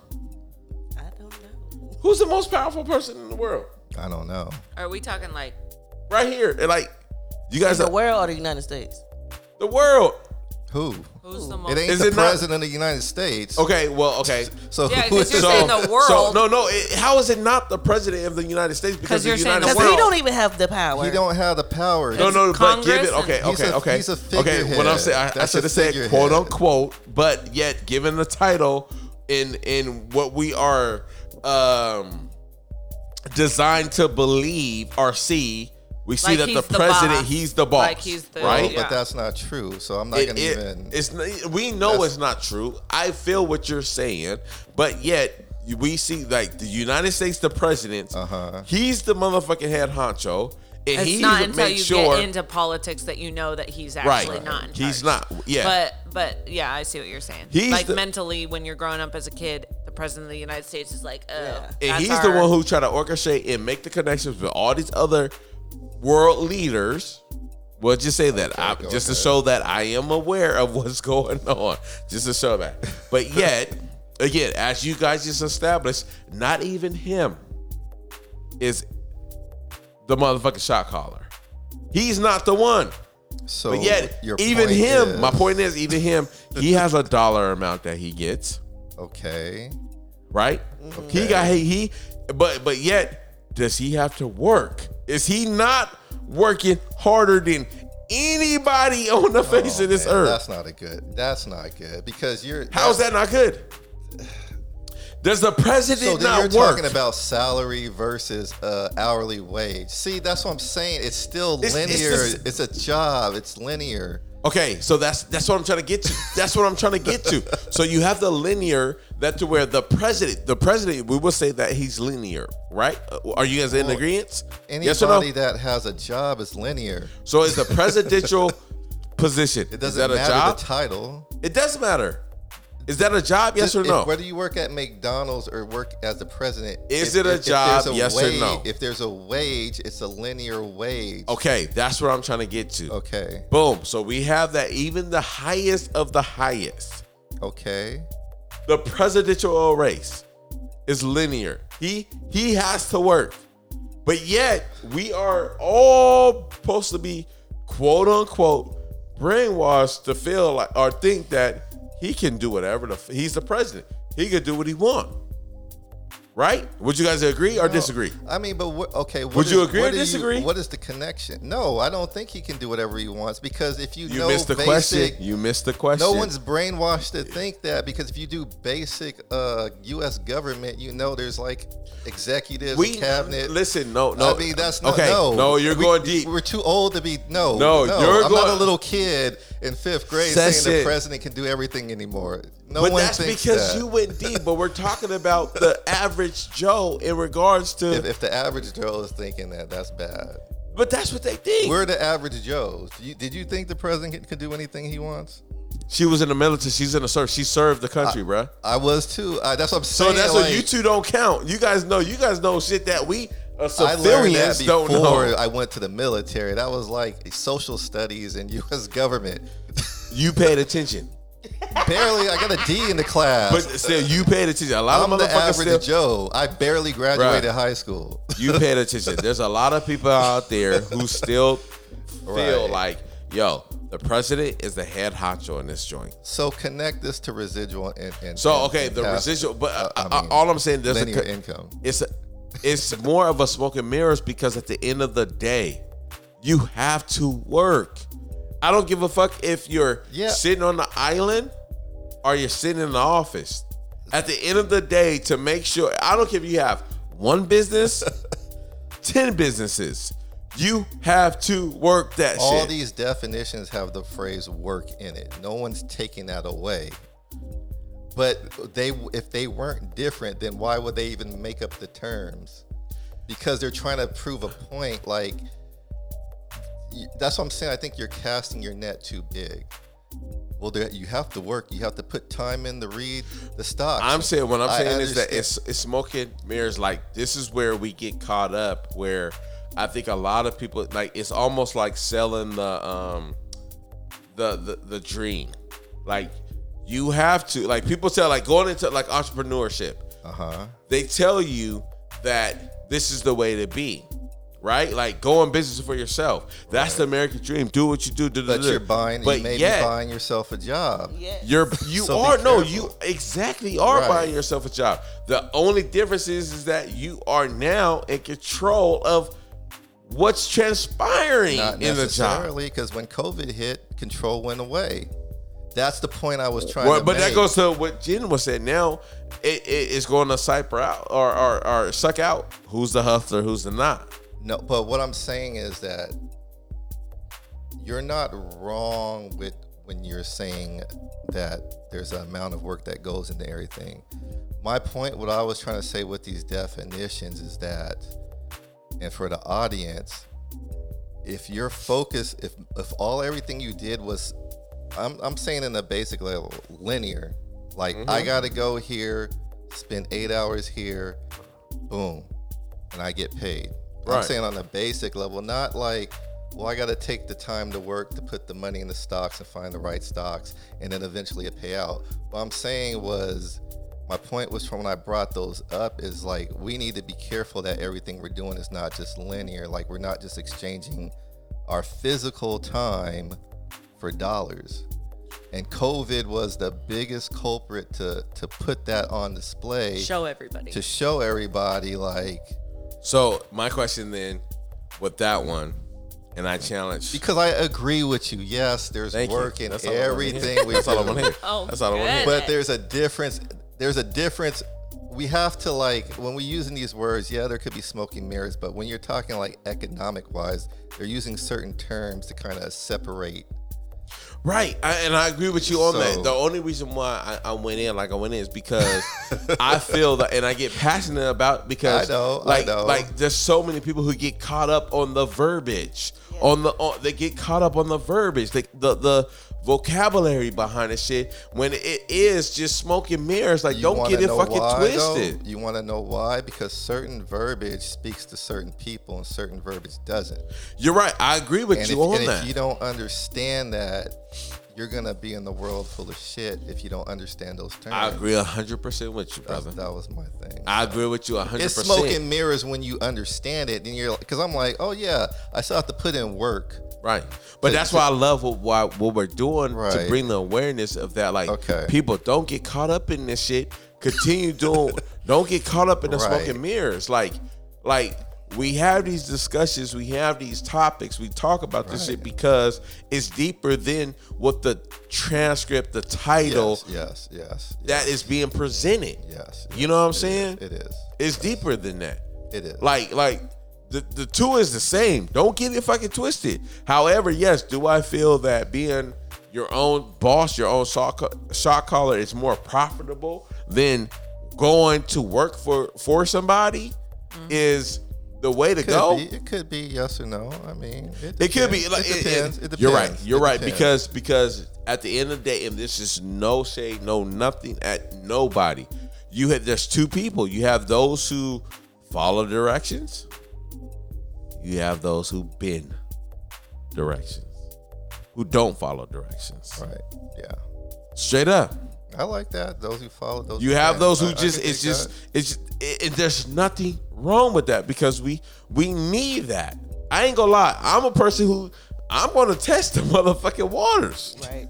S6: I don't know.
S5: Who's the most powerful person in the world?
S3: i don't know
S4: Are we talking like
S5: Right here. And like you guys
S6: The
S5: the,
S6: world or the United States?
S5: the world.
S3: who
S4: who's the
S3: it
S4: most?
S3: ain't
S5: Is
S3: the
S5: it not-
S3: president of the united states
S5: Okay, well, okay.
S3: so
S4: Yeah,
S3: who
S4: 'cause
S3: is
S4: you're
S3: it?
S4: saying the world.
S5: So, no, no. It, how is it not the president of the United States? Because
S4: you're
S5: the
S4: saying
S5: United
S4: the
S6: Because
S5: States.
S6: he
S4: world.
S6: don't even have the power.
S3: he don't have the power
S5: No, no, but give
S4: Congress
S5: it. Okay,
S4: and-
S3: He's
S5: okay,
S3: a-
S5: okay.
S3: he's a
S5: okay, what I'm
S3: figurehead.
S5: saying, I, I
S3: That's a
S5: should have said
S3: figurehead.
S5: quote unquote, but yet given the title in in what we are um designed to believe or see, we see
S4: Like
S5: that the
S4: he's the
S5: president,
S4: boss.
S5: he's the boss,
S4: Like he's the-
S5: right?
S4: Yeah.
S3: but that's not true so i'm not
S5: It-
S3: gonna
S5: it-
S3: even
S5: it's n- we know
S3: That's-
S5: it's not true. I feel what you're saying, but yet we see like the United States, the president,
S3: Uh-huh. he's
S5: he's the motherfucking head honcho, and
S4: It's
S5: he
S4: not until
S5: makes
S4: you
S5: sure
S4: get into politics that you know that he's
S5: right,
S4: actually not. In charge.
S5: he's not. Yeah,
S4: But but yeah, I see what you're saying.
S5: He's
S4: like
S5: the-
S4: mentally, when you're growing up as a kid, the president of the United States is like, oh,
S5: and
S4: that's
S5: he's
S4: our-
S5: the one who try to orchestrate and make the connections with all these other world leaders. Well, just say that I,
S3: go
S5: just to
S3: ahead.
S5: show that I am aware of what's going on, just to show that. But yet, again, as you guys just established, not even him is the motherfucking shot caller. He's not the one.
S3: so
S5: But yet,
S3: your
S5: even
S3: point
S5: him, my
S3: is-
S5: point is, even him, he has a dollar amount that he gets
S3: okay
S5: right?
S3: Mm-hmm.
S5: He got he, he but but yet does he have to work? Is he not working harder than anybody on the face of this
S3: Oh, Man,
S5: earth?
S3: That's not a good. That's not good because you're.
S5: How is that not good? Does the
S3: So
S5: president
S3: then
S5: not
S3: you're
S5: work?
S3: talking about salary versus uh, hourly wage. See, that's what I'm saying. It's still
S5: It's- it's
S3: linear. It's,
S5: just-
S3: a job. It's linear.
S5: Okay, so that's that's what I'm trying to get to. That's what I'm trying to get to. So you have the linear that to where the president, the president, we will say that he's linear, right? Uh, Are you guys in
S3: Well,
S5: agreement?
S3: Anybody
S5: Yes or no?
S3: that has a job is linear.
S5: So is the presidential position?
S3: It
S5: is
S3: doesn't
S5: that a
S3: matter
S5: job?
S3: the title.
S5: It does matter. Is that a job? Yes or
S3: If-
S5: no?
S3: Whether you work at McDonald's or work as the president,
S5: Is
S3: if-
S5: it a
S3: if- if
S5: job?
S3: there's
S5: Yes or
S3: wage-
S5: no?
S3: If there's a wage, it's a linear wage.
S5: Okay, that's what I'm trying to get to.
S3: Okay.
S5: Boom. So we have that even the highest of the highest,
S3: Okay.
S5: the presidential race is linear. He he has to work. But yet, we are all supposed to be quote unquote brainwashed to feel like or think that he can do whatever the f- he's the president. He could do what he want. Right? Would you guys agree or disagree?
S3: I mean, but what, okay. What
S5: Would
S3: is-
S5: you agree or
S3: what do
S5: disagree?
S3: what is the connection? No, I don't think he can do whatever he wants because if you,
S5: You
S3: know
S5: missed the
S3: basic,
S5: question. You missed the question.
S3: no one's brainwashed to think that because if you do basic uh, U.S. government, you know there's like executives,
S5: we
S3: and cabinet.
S5: Listen, no, no.
S3: I mean, that's not,
S5: okay.
S3: no.
S5: No, you're
S3: We-
S5: going deep.
S3: We're too old to be no.
S5: No, you're
S3: I'm not
S5: going-
S3: a little kid in fifth grade
S5: That's
S3: saying
S5: it.
S3: the president can do everything anymore. No
S5: but
S3: one
S5: that's
S3: thinks
S5: because
S3: that.
S5: you went deep. But we're talking about the average Joe in regards to.
S3: If, if the average Joe is thinking that, that's bad.
S5: but that's what they think.
S3: We're the average Joes. You, did you think the president could- could do anything he wants?
S5: she was in the military. She's in the service. She served the country, bruh.
S3: I was too. I, that's what I'm saying.
S5: So that's
S3: like,
S5: what you two don't count. You guys know. You guys know shit that we uh,
S3: I learned that
S5: civilians don't
S3: before
S5: know.
S3: I went to the military. That was like social studies and U.S. government.
S5: You paid attention,
S3: barely, I got a D in the class.
S5: but still, you paid attention. A lot
S3: I'm
S5: of
S3: the
S5: motherfuckers
S3: average
S5: still.
S3: Joe. I barely graduated
S5: Right.
S3: high school.
S5: You paid attention. There's a lot of people out there who still feel
S3: Right.
S5: like, yo, the president is the head honcho in this joint.
S3: So connect this to residual and, and
S5: So
S3: and-
S5: okay,
S3: and
S5: the
S3: pass-
S5: residual, but uh,
S3: I
S5: uh,
S3: mean,
S5: all I'm saying there's a
S3: linear
S5: co-
S3: income.
S5: It's a, it's more of a smoke and mirrors because at the end of the day, you have to work. I don't give a fuck if you're
S3: Yeah.
S5: sitting on the island or you're sitting in the office. At the end of the day, to make sure I don't care if you have one business, ten businesses, you have to work that
S3: All
S5: shit.
S3: these definitions have the phrase work in it. No one's taking that away. But they if they weren't different, then why would they even make up the terms? Because they're trying to prove a point like y- that's what I'm saying. I think you're casting your net too big. Well, there, you have to work. You have to put time in to read the stocks.
S5: I'm saying what I'm
S3: I
S5: saying is that
S3: understand.
S5: it's it's smoking mirrors. Like this is where we get caught up. Where I think a lot of people like it's almost like selling the um the the, the dream. Like you have to like people tell like going into like entrepreneurship. Uh
S3: Uh-huh.
S5: huh. They tell you that this is the way to be. Right, like go in business for yourself. That's the American dream. Do what you do.
S3: but you're buying.
S5: But
S3: you may
S5: yet-
S3: be buying yourself a job.
S6: Yes.
S5: you're you
S3: So be
S5: are no
S3: careful.
S5: you exactly are
S3: Right.
S5: buying yourself a job. The only difference is, is that you are now in control of what's transpiring
S3: Not
S5: in the job.
S3: necessarily, because when COVID hit, control went away. That's the point I was trying
S5: Well,
S3: to
S5: but
S3: make.
S5: that goes to what Jen was saying. Now it, it- it's going to cipher out or, or or suck out who's the hustler, who's the not.
S3: no, but what I'm saying is that you're not wrong with when you're saying that there's an amount of work that goes into everything. My point, what I was trying to say with these definitions is that, and for the audience, if your focus, if if all everything you did was I'm, I'm saying in the basic level, linear. Like I gotta go here, spend eight hours here, boom, and I get paid. I'm
S5: Right.
S3: saying on the basic level, not like, well, I gotta take the time to work to put the money in the stocks and find the right stocks, and then eventually a payout. What I'm saying was, my point was from when I brought those up is like we need to be careful that everything we're doing is not just linear. Like we're not just exchanging our physical time for dollars. And COVID was the biggest culprit to to put that on display
S7: Show everybody.
S3: to show everybody like
S5: So my question then with that one, and I challenge
S3: because I agree with you. Yes, there's
S5: Thank you.
S3: work in
S5: That's all I wanna hear.
S3: everything we
S5: That's all I want to
S3: do.
S5: hear.
S7: Oh,
S5: That's all I want to hear.
S7: good.
S3: But there's a difference. There's a difference. We have to like when we're using these words. Yeah, there could be smoking mirrors, but when you're talking like economic wise, they're using certain terms to kind of separate.
S5: Right, I, and I agree with you on
S3: So-
S5: that. The only reason why I, I went in like I went in is because I feel that, and I get passionate about because
S3: I know, I
S5: like,
S3: know.
S5: like there's so many people who get caught up on the verbiage, on the on, they get caught up on the verbiage, the the, the vocabulary behind the shit when it is just smoke and mirrors. Like,
S3: You
S5: don't
S3: wanna
S5: get it
S3: know
S5: fucking
S3: why, though?
S5: twisted.
S3: You want to know why? Because certain verbiage speaks to certain people, and certain verbiage doesn't.
S5: You're right. I agree with
S3: And,
S5: you
S3: if,
S5: on
S3: and
S5: that.
S3: if you don't understand that, you're gonna be in the world full of shit if you don't understand those terms.
S5: I agree hundred percent with you,
S3: That's-
S5: brother.
S3: that was my thing.
S5: I agree with you hundred
S3: it's
S5: percent.
S3: smoke and mirrors when you understand it, and you're because I'm like, oh yeah, I still have to put in work.
S5: Right. But
S3: To-
S5: that's why I love what why, what we're doing to
S3: Right.
S5: bring the awareness of that. Like
S3: Okay.
S5: people don't get caught up in this shit. Continue doing don't get caught up in the smoke
S3: Right.
S5: and mirrors. Like like we have these discussions, we have these topics, we talk about this shit because it's deeper than what the transcript, the title
S3: Yes, yes, yes,
S5: that is being presented.
S3: yes.
S5: You know what I'm
S3: It is,
S5: saying?
S3: It is.
S5: It's deeper than that.
S3: It is.
S5: Like, like the, the two is the same. Don't get it fucking twisted. However, yes, do I feel that being your own boss, your own shot, ca- shot caller is more profitable than going to work for for somebody is the way to
S3: Mm-hmm. Could
S5: go?
S3: be- it could be yes or no. I mean, it,
S5: It could
S3: depends.
S5: be like
S3: it,
S5: it- it-
S3: depends. It, depends.
S5: You're right. You're
S3: It
S5: right
S3: depends.
S5: because because at the end of the day, and this is no shade, no nothing at nobody. You have there's two people. You have those who follow directions. You have those who bend directions, who don't follow directions.
S3: right. Yeah,
S5: Straight up,
S3: I like that. Those who follow those.
S5: you have
S3: bend.
S5: those
S3: I-
S5: who
S3: I
S5: just
S3: could
S5: it's
S3: dig
S5: just
S3: that.
S5: it's it, it- there's nothing wrong with that because we we need that. I ain't gonna lie. I'm a person who I'm gonna test the motherfucking waters.
S6: Right.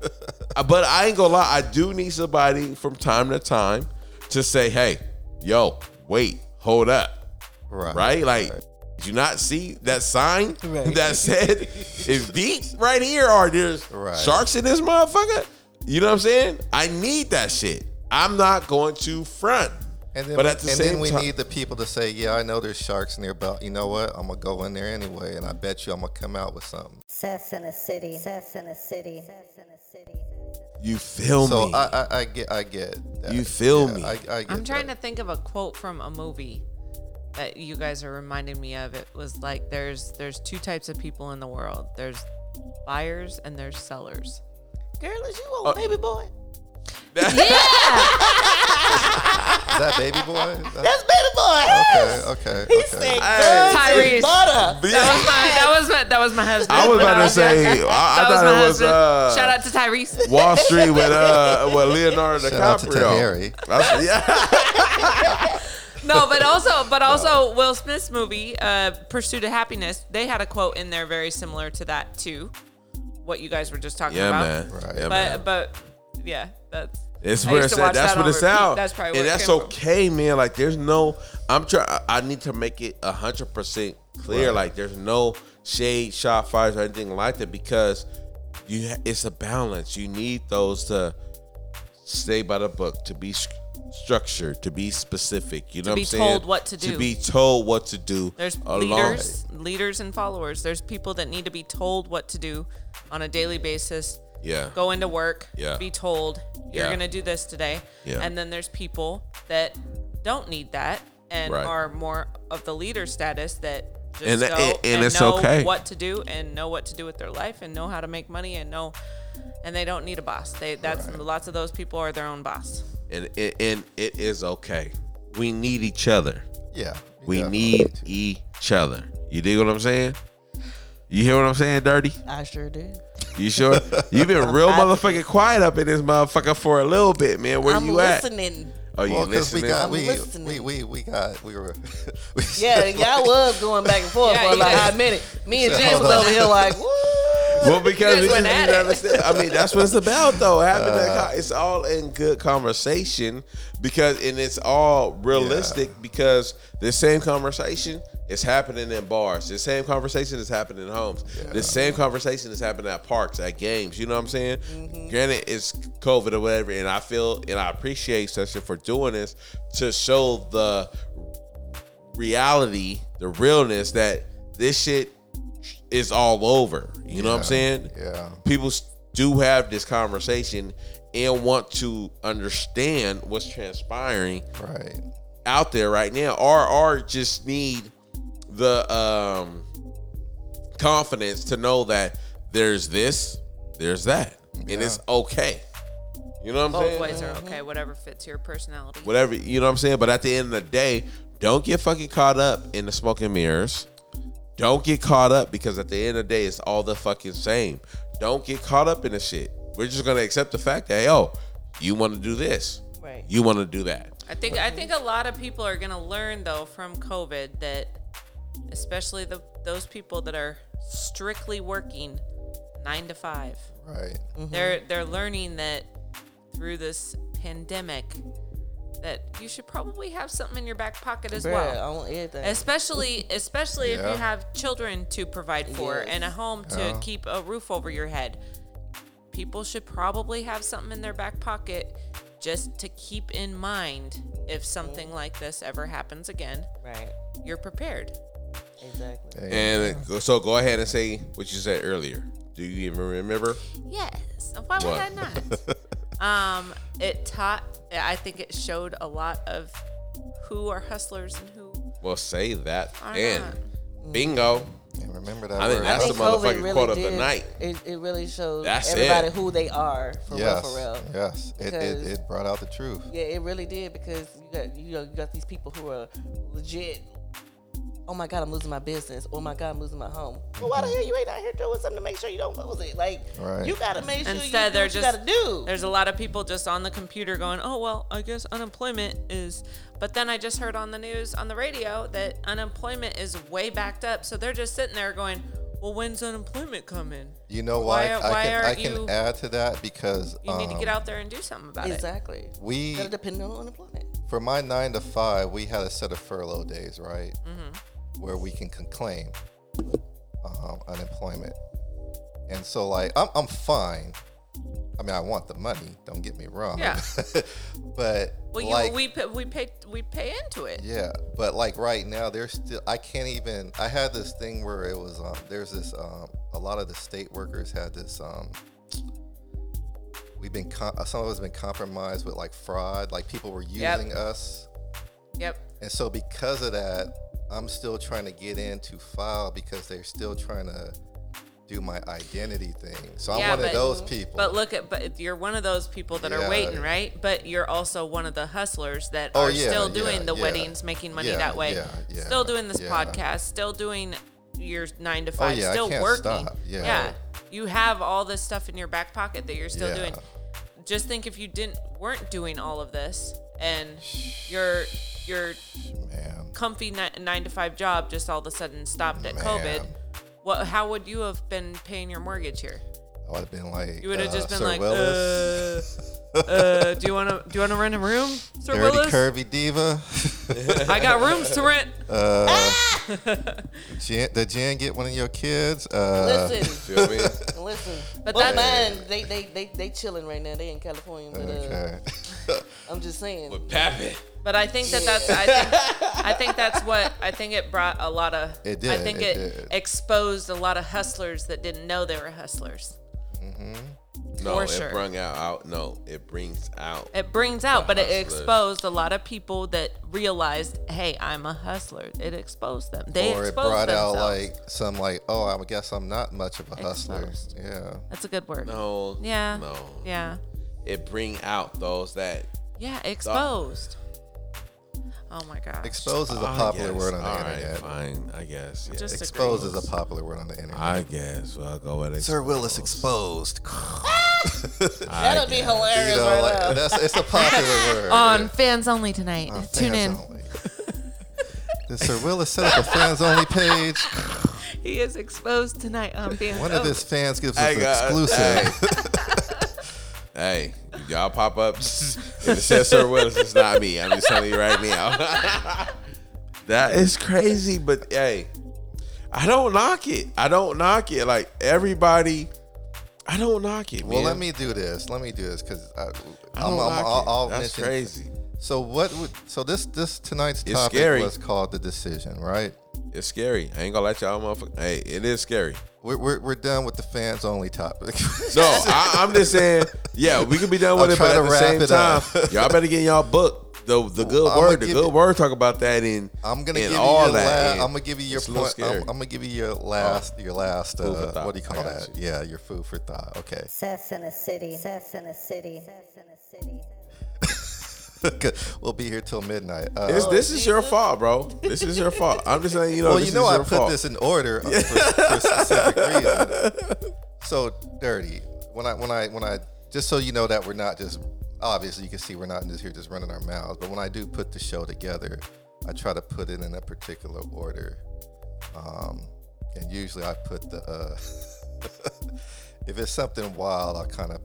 S5: Uh, but I ain't gonna lie, I do need somebody from time to time to say, hey, yo, wait, hold up.
S3: right.
S5: Right? Like, did you not see that sign
S6: Right.
S5: that said it's deep right here or there's
S3: Right.
S5: sharks in this motherfucker? You know what I'm saying? I need that shit. I'm not going to front.
S3: And then,
S5: but at the
S3: and
S5: same
S3: then we
S5: time,
S3: need the people to say, yeah, I know there's sharks in there, but you know what? I'm gonna go in there anyway, and I bet you I'm gonna come out with something.
S1: Sess in a city. Sess in a city. Sess in a city.
S5: you feel
S3: So uh,
S5: me.
S3: I, I, I get, I get. That.
S5: You feel
S3: Yeah,
S5: me.
S3: I, I get
S4: I'm trying
S3: that.
S4: to think of a quote from a movie that you guys are reminding me of. It was like there's there's two types of people in the world. There's buyers and there's sellers.
S6: Girl, is you
S5: Oh.
S6: old baby boy?
S3: Is that baby boy.
S6: That's baby boy.
S3: okay, okay.
S6: He
S3: okay.
S6: said,
S4: Tyrese.
S6: Tyrese. Butter.
S5: But yeah,
S4: that was my that was my husband.
S5: I was about to say, I, I
S4: that was
S5: thought
S4: my
S5: it was
S4: husband.
S5: uh,
S4: Shout out to Tyrese.
S5: Wall Street with uh with Leonardo
S3: Shout out to
S5: DiCaprio.
S3: Tahiri.
S5: That's- yeah.
S4: No, but also but also Will Smith's movie, uh, Pursuit of Happiness. They had a quote in there very similar to that too. What you guys were just talking
S5: Yeah,
S4: about.
S5: man.
S3: Right.
S5: Yeah,
S4: But
S5: man.
S4: but yeah, that's
S5: It's
S4: I
S5: where
S4: used
S5: it's
S4: to
S5: at.
S4: watch
S5: That's
S4: that
S5: what
S4: on
S5: it's
S4: repeat.
S5: out.
S4: That's probably where
S5: and
S4: it
S5: that's
S4: came from.
S5: okay, man. Like there's no. I'm trying. I need to make it hundred percent clear. Like there's no shade, shot fires, or anything like that because you. ha- It's a balance. You need those to stay by the book, to be stru- structured, to be specific. You know what
S4: be
S5: I'm saying?
S4: told what to do.
S5: To be told what to do.
S4: There's
S5: along-
S4: leaders, leaders and followers. There's people that need to be told what to do on a daily basis.
S5: Yeah.
S4: Go into work,
S5: Yeah.
S4: be told you're
S5: Yeah.
S4: going to do this today.
S5: Yeah.
S4: And then there's people that don't need that and
S5: Right.
S4: are more of the leader status that just
S5: And
S4: go
S5: that- and- and it's
S4: know
S5: okay.
S4: what to do and know what to do with their life and know how to make money and know and they don't need a boss. They that's lots of those people are their own boss.
S5: and and, and it is okay. We need each other.
S3: Yeah. you
S5: We
S3: definitely
S5: need
S3: do.
S5: each other. You dig what I'm saying? You hear what I'm saying, Dirty?
S6: I sure did.
S5: You sure? You've been real motherfucking quiet up in this motherfucker for a little bit, man. Where
S6: I'm
S5: you at?
S6: listening.
S5: Oh, you
S3: Well, because we
S5: listening?
S3: got
S6: I'm
S3: we,
S6: listening.
S3: we we we got we were. we
S6: Yeah,
S3: said,
S6: y'all was going back and forth
S4: Yeah,
S6: for
S4: you
S6: like a
S4: did.
S6: hot minute. Me and
S3: So-
S6: Jim was over here like, woo.
S5: well, because
S4: You
S5: you
S4: guys went
S5: need
S4: at
S5: to
S4: it. Uh.
S5: understand. I mean, that's what it's about, though. Having that, co- it's all in good conversation because, and it's all realistic because the same conversation is happening in bars. The same conversation is happening in homes. The same conversation is happening at parks, at games. You know what I'm saying?
S4: Mm-hmm.
S5: Granted, it's COVID or whatever, and I feel and I appreciate Session for doing this to show the reality, the realness that this shit is all over. You know what I'm saying?
S3: Yeah.
S5: People s- do have this conversation and want to understand what's transpiring
S3: Right.
S5: out there right now or or just need the um confidence to know that there's this, there's that. And it's okay. You know what I'm
S4: Both
S5: saying?
S4: ways are okay, whatever fits your personality.
S5: whatever you know what I'm saying. But at the end of the day, don't get fucking caught up in the smoke and mirrors. Don't get caught up because at the end of the day, it's all the fucking same. Don't get caught up in the shit. We're just gonna accept the fact that yo, you want to do this,
S6: Right.
S5: you want to do that.
S4: I think I think a lot of people are gonna learn though from COVID that, especially the those people that are strictly working nine to 5
S3: Right.
S4: they're they're learning that through this pandemic that you should probably have something in your back pocket as
S6: Bruh,
S4: well.
S6: I want everything.
S4: especially especially if
S3: Yeah.
S4: you have children to provide for
S6: Yes.
S4: and a home to
S3: Yeah.
S4: keep a roof over your head people should probably have something in their back pocket just to keep in mind if something like this ever happens again
S6: right.
S4: you're prepared
S6: Exactly.
S3: Hey,
S5: And uh, so go ahead and say what you said earlier. Do you even remember?
S4: yes why would
S5: What?
S4: i not um it taught i think it showed a lot of who are hustlers and who
S5: Well, say that
S4: Why
S5: and bingo.
S6: Mm-hmm.
S3: and remember that.
S5: I think
S3: word.
S5: that's
S6: think
S5: the motherfucking
S6: COVID
S5: quote of the night.
S6: It, it really shows
S5: That's it.
S6: everybody who they are for
S3: yes.
S6: real, for real.
S3: Yes. It, it,
S6: Because-
S3: it brought out the truth.
S6: Yeah, it really did because you got you know you got these people who are legit. Oh my god, I'm losing my business. Oh my god, I'm losing my home. Well, why the hell you ain't out here doing something to make sure you don't lose it? Like
S3: Right.
S6: you gotta make sure
S4: Instead,
S6: you do
S4: they're
S6: what you
S4: just-
S6: gotta do.
S4: There's a lot of people just on the computer going, oh, well, I guess unemployment is. But then I just heard on the news, on the radio, that unemployment is way backed up. So they're just sitting there going, well, when's unemployment coming?
S3: You know
S4: Why
S3: why?
S4: are-
S3: I
S4: why
S3: can I
S4: aren't
S3: can
S4: you-
S3: add to that because
S4: You need to
S3: um,
S4: get out there and do something about it.
S6: Exactly.
S3: we
S6: gotta depend on unemployment.
S3: for my nine to five, we had a set of furlough days, right?
S4: Mm-hmm.
S3: Where we can con- claim um, unemployment. And so, like, I'm, I'm fine. I mean, I want the money. Don't get me wrong.
S4: Yeah.
S3: but
S4: Well, you,
S3: like,
S4: we, pa- we, pay, we pay into it.
S3: yeah, but like right now, there's still I can't even. I had this thing where it was um, there's this um, a lot of the state workers had this um, we've been com- some of us been compromised with like fraud, like people were using
S4: Yep.
S3: us
S4: Yep.
S3: and so because of that, I'm still trying to get in to file because they're still trying to do my identity thing. So I'm
S4: Yeah,
S3: one of
S4: but-
S3: those people.
S4: But look at, but you're one of those people that
S3: Yeah.
S4: are waiting, right? But you're also one of the hustlers that
S3: Oh,
S4: are
S3: yeah,
S4: still
S3: yeah,
S4: doing the
S3: yeah.
S4: weddings, making money
S3: Yeah,
S4: that way.
S3: yeah, yeah,
S4: still doing this
S3: yeah. Oh,
S4: podcast, still doing your nine to five,
S3: yeah, I
S4: still
S3: can't
S4: working.
S3: stop. Yeah.
S4: You have all this stuff in your back pocket that you're still
S3: Yeah.
S4: doing. Just think if you didn't weren't doing all of this and your your
S3: man,
S4: comfy ni- nine to five job just all of a sudden stopped at COVID.
S3: Man.
S4: What, how would you have been paying your mortgage here?
S3: I would have been like,
S4: You would have
S3: uh,
S4: just been
S3: Sir
S4: like,
S3: Willis,
S4: uh, uh, do you want to do you want to rent a room, Sir
S3: dirty
S4: Willis?
S3: curvy diva.
S4: I got rooms to rent.
S3: Jan, did Jan get one of your kids? Uh,
S6: listen,
S5: You know what I mean?
S6: listen.
S4: But
S6: But
S4: that-
S6: mine, they they they they chilling right now. They in California, but uh,
S3: Okay.
S6: I'm just saying.
S5: But pap it.
S4: But I think that that's I think I think that's what I think it brought a lot of
S3: It
S4: I
S3: did,
S4: think
S3: it
S4: it,
S3: did.
S4: exposed a lot of hustlers that didn't know they were hustlers.
S5: No,
S4: For
S5: it
S4: sure.
S5: brung out, out. No, it brings out.
S4: It brings out, but it
S5: hustlers.
S4: exposed a lot of people that realized, "Hey, I'm a hustler." It exposed them. They
S3: or it
S4: exposed
S3: brought out
S4: themselves.
S3: like some like, oh, I guess I'm not much of a hustler.
S4: Exposed.
S3: Yeah.
S4: that's a good word.
S5: No.
S4: Yeah.
S5: No.
S4: Yeah.
S5: It bring out those that.
S4: Yeah. Exposed. Oh my gosh.
S3: Expose is a
S5: I
S3: popular
S5: guess.
S3: word on the
S5: Ah, All right,
S3: internet.
S5: fine. I guess. Yeah.
S4: Just-
S3: Expose is a popular word on the internet.
S5: I guess. Well, I'll go with it.
S3: Sir Willis exposed.
S6: That'll be hilarious
S3: you know,
S6: right
S3: like,
S6: now.
S3: that's it's a popular word.
S4: On fans only tonight.
S3: On
S4: Tune in.
S3: Oh, fans only. Did Sir Willis set up a fans only page?
S4: He is exposed tonight on fans.
S3: One
S4: only.
S3: of his fans gives us
S5: I
S3: an
S5: got-
S3: exclusive.
S5: Hey, if y'all pop up. if it says Sir Willis, it's not me. I'm just telling you right now. that is crazy, but hey, I don't knock it. I don't knock it. Like everybody, I don't knock it.
S3: Well,
S5: man.
S3: let me do this. Let me do this because I'm,
S5: I
S3: I'm,
S5: don't knock
S3: I'll,
S5: it.
S3: I'll
S5: That's
S3: mention-
S5: crazy.
S3: So what? Would, so this this tonight's
S5: It's
S3: topic
S5: scary.
S3: was called the decision, right?
S5: It's scary. I ain't gonna let y'all motherfucker. Hey, it is scary.
S3: We're, we're, we're done with the fans only topic.
S5: No, I, I'm just saying. Yeah, we could be done with
S3: I'll
S5: it, but
S3: try
S5: at
S3: to
S5: the same
S3: wrap it
S5: time, y'all better get in y'all book the the good
S3: I'ma
S5: word. The
S3: give
S5: good
S3: it-
S5: word talk about that in
S3: I'm gonna
S5: in
S3: give
S5: all
S3: you your
S5: that.
S3: la-
S5: and
S3: I'm gonna give you your
S5: it's a little
S3: point. I'm,
S5: scary.
S3: I'm gonna give you your last, your last.
S5: Food for
S3: Uh,
S5: thought.
S3: what do you
S5: I
S3: call
S5: got
S3: that? Yeah, your food for thought. Okay,
S1: Sess in a city. Sess in a city. Sess in a city.
S3: we'll be here till midnight. Uh,
S5: This, this is your fault, bro. This is your fault. I'm just saying, you know,
S3: well,
S5: this
S3: you know,
S5: is
S3: I
S5: your
S3: put
S5: fault.
S3: this in order uh, for, for specific reason. So dirty. when I when I when I just so you know that we're not just obviously you can see we're not just here just running our mouths, but when I do put the show together, I try to put it in a particular order, um, and usually I put the uh, if it's something wild, I kind of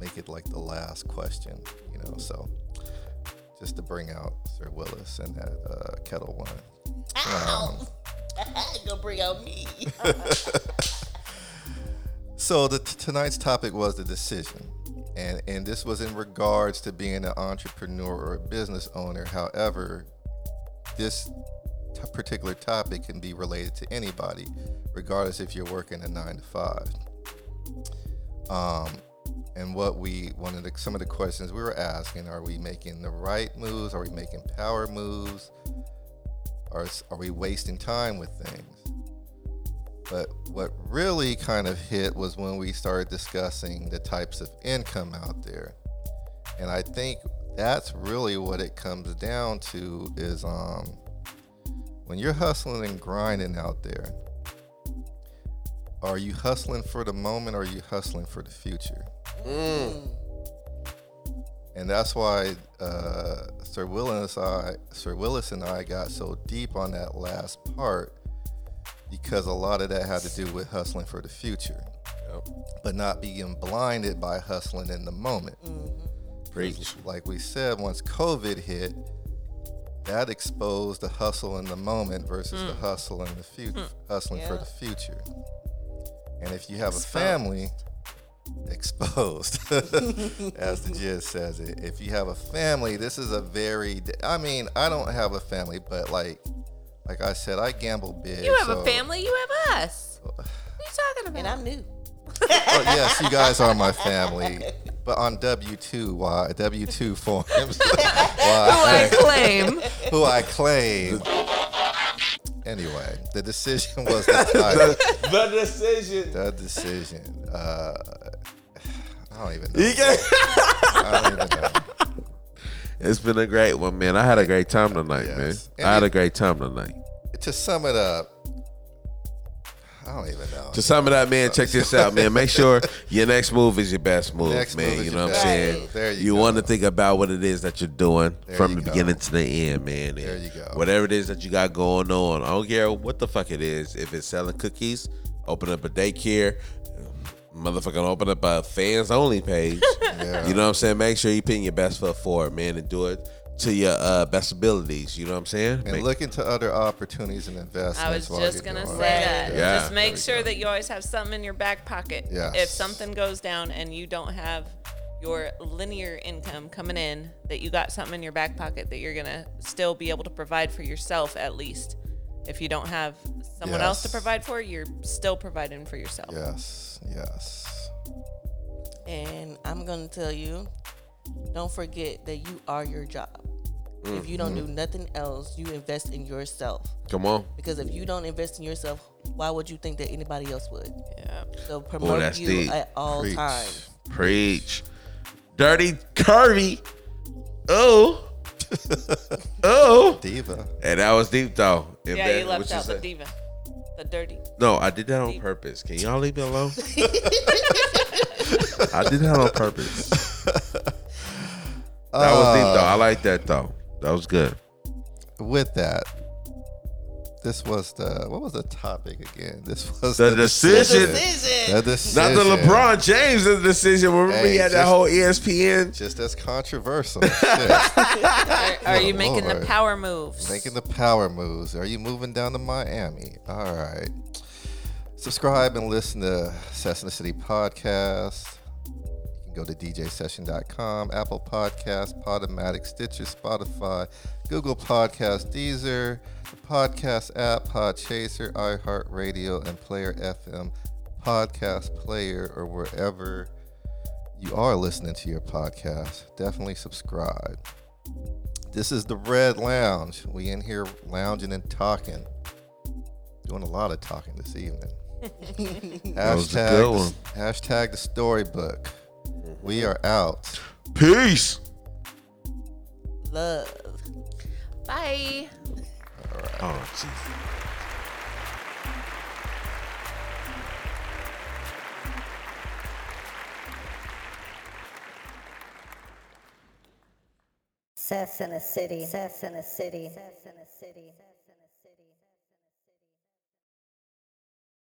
S3: make it like the last question, you know. So just to bring out Sir Willis and that uh, kettle one.
S6: Ow! you gonna bring out me.
S3: So the t- tonight's topic was the decision, and and this was in regards to being an entrepreneur or a business owner. However, this t- particular topic can be related to anybody, regardless if you're working a nine to five. Um, and what we one of the some of the questions we were asking: Are we making the right moves? Are we making power moves? Are are we wasting time with things? But what really kind of hit was when we started discussing the types of income out there. And I think that's really what it comes down to is um when you're hustling and grinding out there, are you hustling for the moment or are you hustling for the future? And that's why uh, Sir Willis, I, Sir Willis and I got so deep on that last part because a lot of that had to do with hustling for the future,
S5: Yep.
S3: but not being blinded by hustling in the moment.
S4: Mm.
S5: Preach.
S3: Like we said, once COVID hit, that exposed the hustle in the moment versus
S4: Mm.
S3: the hustle in the future,
S4: Hmm.
S3: hustling for
S6: Yeah.
S3: the future. And if you have a family, exposed, as the jizz says it. If you have a family, this is a very. d- I mean, I don't have a family, but like, like I said, I gamble big.
S4: You have
S3: so-
S4: a family. You have us. What are you talking
S6: and
S4: about?
S6: I'm new.
S3: Oh, yes, you guys are my family, but on W two, why W two forms, why,
S4: I claim.
S3: who I claim. Anyway, the decision was the title.
S5: The decision.
S3: the decision. Uh, I don't even know.
S5: You got-
S3: I don't even know.
S5: it's been a great one, man. I had a great time tonight,
S3: Yes.
S5: man. I had a great time tonight.
S3: to sum it up, I don't even know.
S5: To sum it up, man, check this out, man. Make sure your next move is your best move,
S3: Next
S5: man.
S3: move is
S5: you
S3: your
S5: know what I'm
S3: best
S5: saying?
S3: move. There you go.
S5: want to think about what it is that you're doing
S3: There
S5: from
S3: you
S5: the
S3: go.
S5: beginning to the end, man.
S3: There
S5: And
S3: you go.
S5: Whatever it is that you got going on, I don't care what the fuck it is. If it's selling cookies, open up a daycare, motherfucking open up a fans only page.
S3: Yeah.
S5: You know what I'm saying? Make sure you putting your best foot forward, man, and do it to your uh, best abilities. You know what I'm saying?
S3: and
S5: Make-
S3: look into other opportunities and investments.
S4: I was
S3: while
S4: just
S3: you're
S4: gonna say
S3: doing it.
S4: that.
S5: Yeah.
S4: Just make sure that you always have something in your back pocket.
S3: Yes.
S4: If something goes down and you don't have your linear income coming in, that you got something in your back pocket that you're gonna still be able to provide for yourself at least. If you don't have someone else to
S3: Yes.
S4: provide for, you're still providing for yourself.
S3: Yes, yes.
S6: And I'm gonna tell you, don't forget that you are your job. If you don't do nothing else, you invest in yourself.
S5: Come on.
S6: Because if you don't invest in yourself, why would you think that anybody else would?
S4: Yeah.
S6: So promote
S5: that's
S6: you
S5: deep.
S6: at all
S3: Preach.
S6: times.
S5: Preach. Dirty curvy. Oh. oh.
S3: Diva.
S5: And that was deep though. And
S4: Yeah,
S5: that-
S4: you
S5: what
S4: left out the
S5: said-
S4: diva. The dirty.
S5: No, I did that on purpose. Can y'all leave me alone? I did that on purpose. That was deep though.
S3: Uh,
S5: I like that though. That was good.
S3: With that, this was the what was the topic again? This was
S5: The decision.
S3: The
S5: Not
S3: decision.
S5: the LeBron James of the decision. Remember
S3: Hey,
S5: we had that
S3: just-
S5: whole E ESPN?
S3: Just as controversial. Shit.
S4: Are, are you
S3: Oh,
S4: making
S3: Lord.
S4: the power moves?
S3: Making the power moves. Are you moving down to Miami? All right. Subscribe and listen to Session City Podcast. You can go to djsession.com, Apple Podcasts, Podomatic, Stitcher, Spotify, Google Podcasts, Deezer, the podcast app, Podchaser, iHeartRadio, and Player FM, Podcast Player, or wherever you are listening to your podcast. Definitely subscribe. This is the Red Lounge. We in here lounging and talking. Doing a lot of talking this evening.
S5: That was a good one.
S3: hashtag, hashtag the storybook. We are out.
S5: Peace.
S6: Love.
S4: Bye.
S5: Oh, Jesus.
S1: Sess in a city. Sess in a city. Sess in a city. Sess in a city.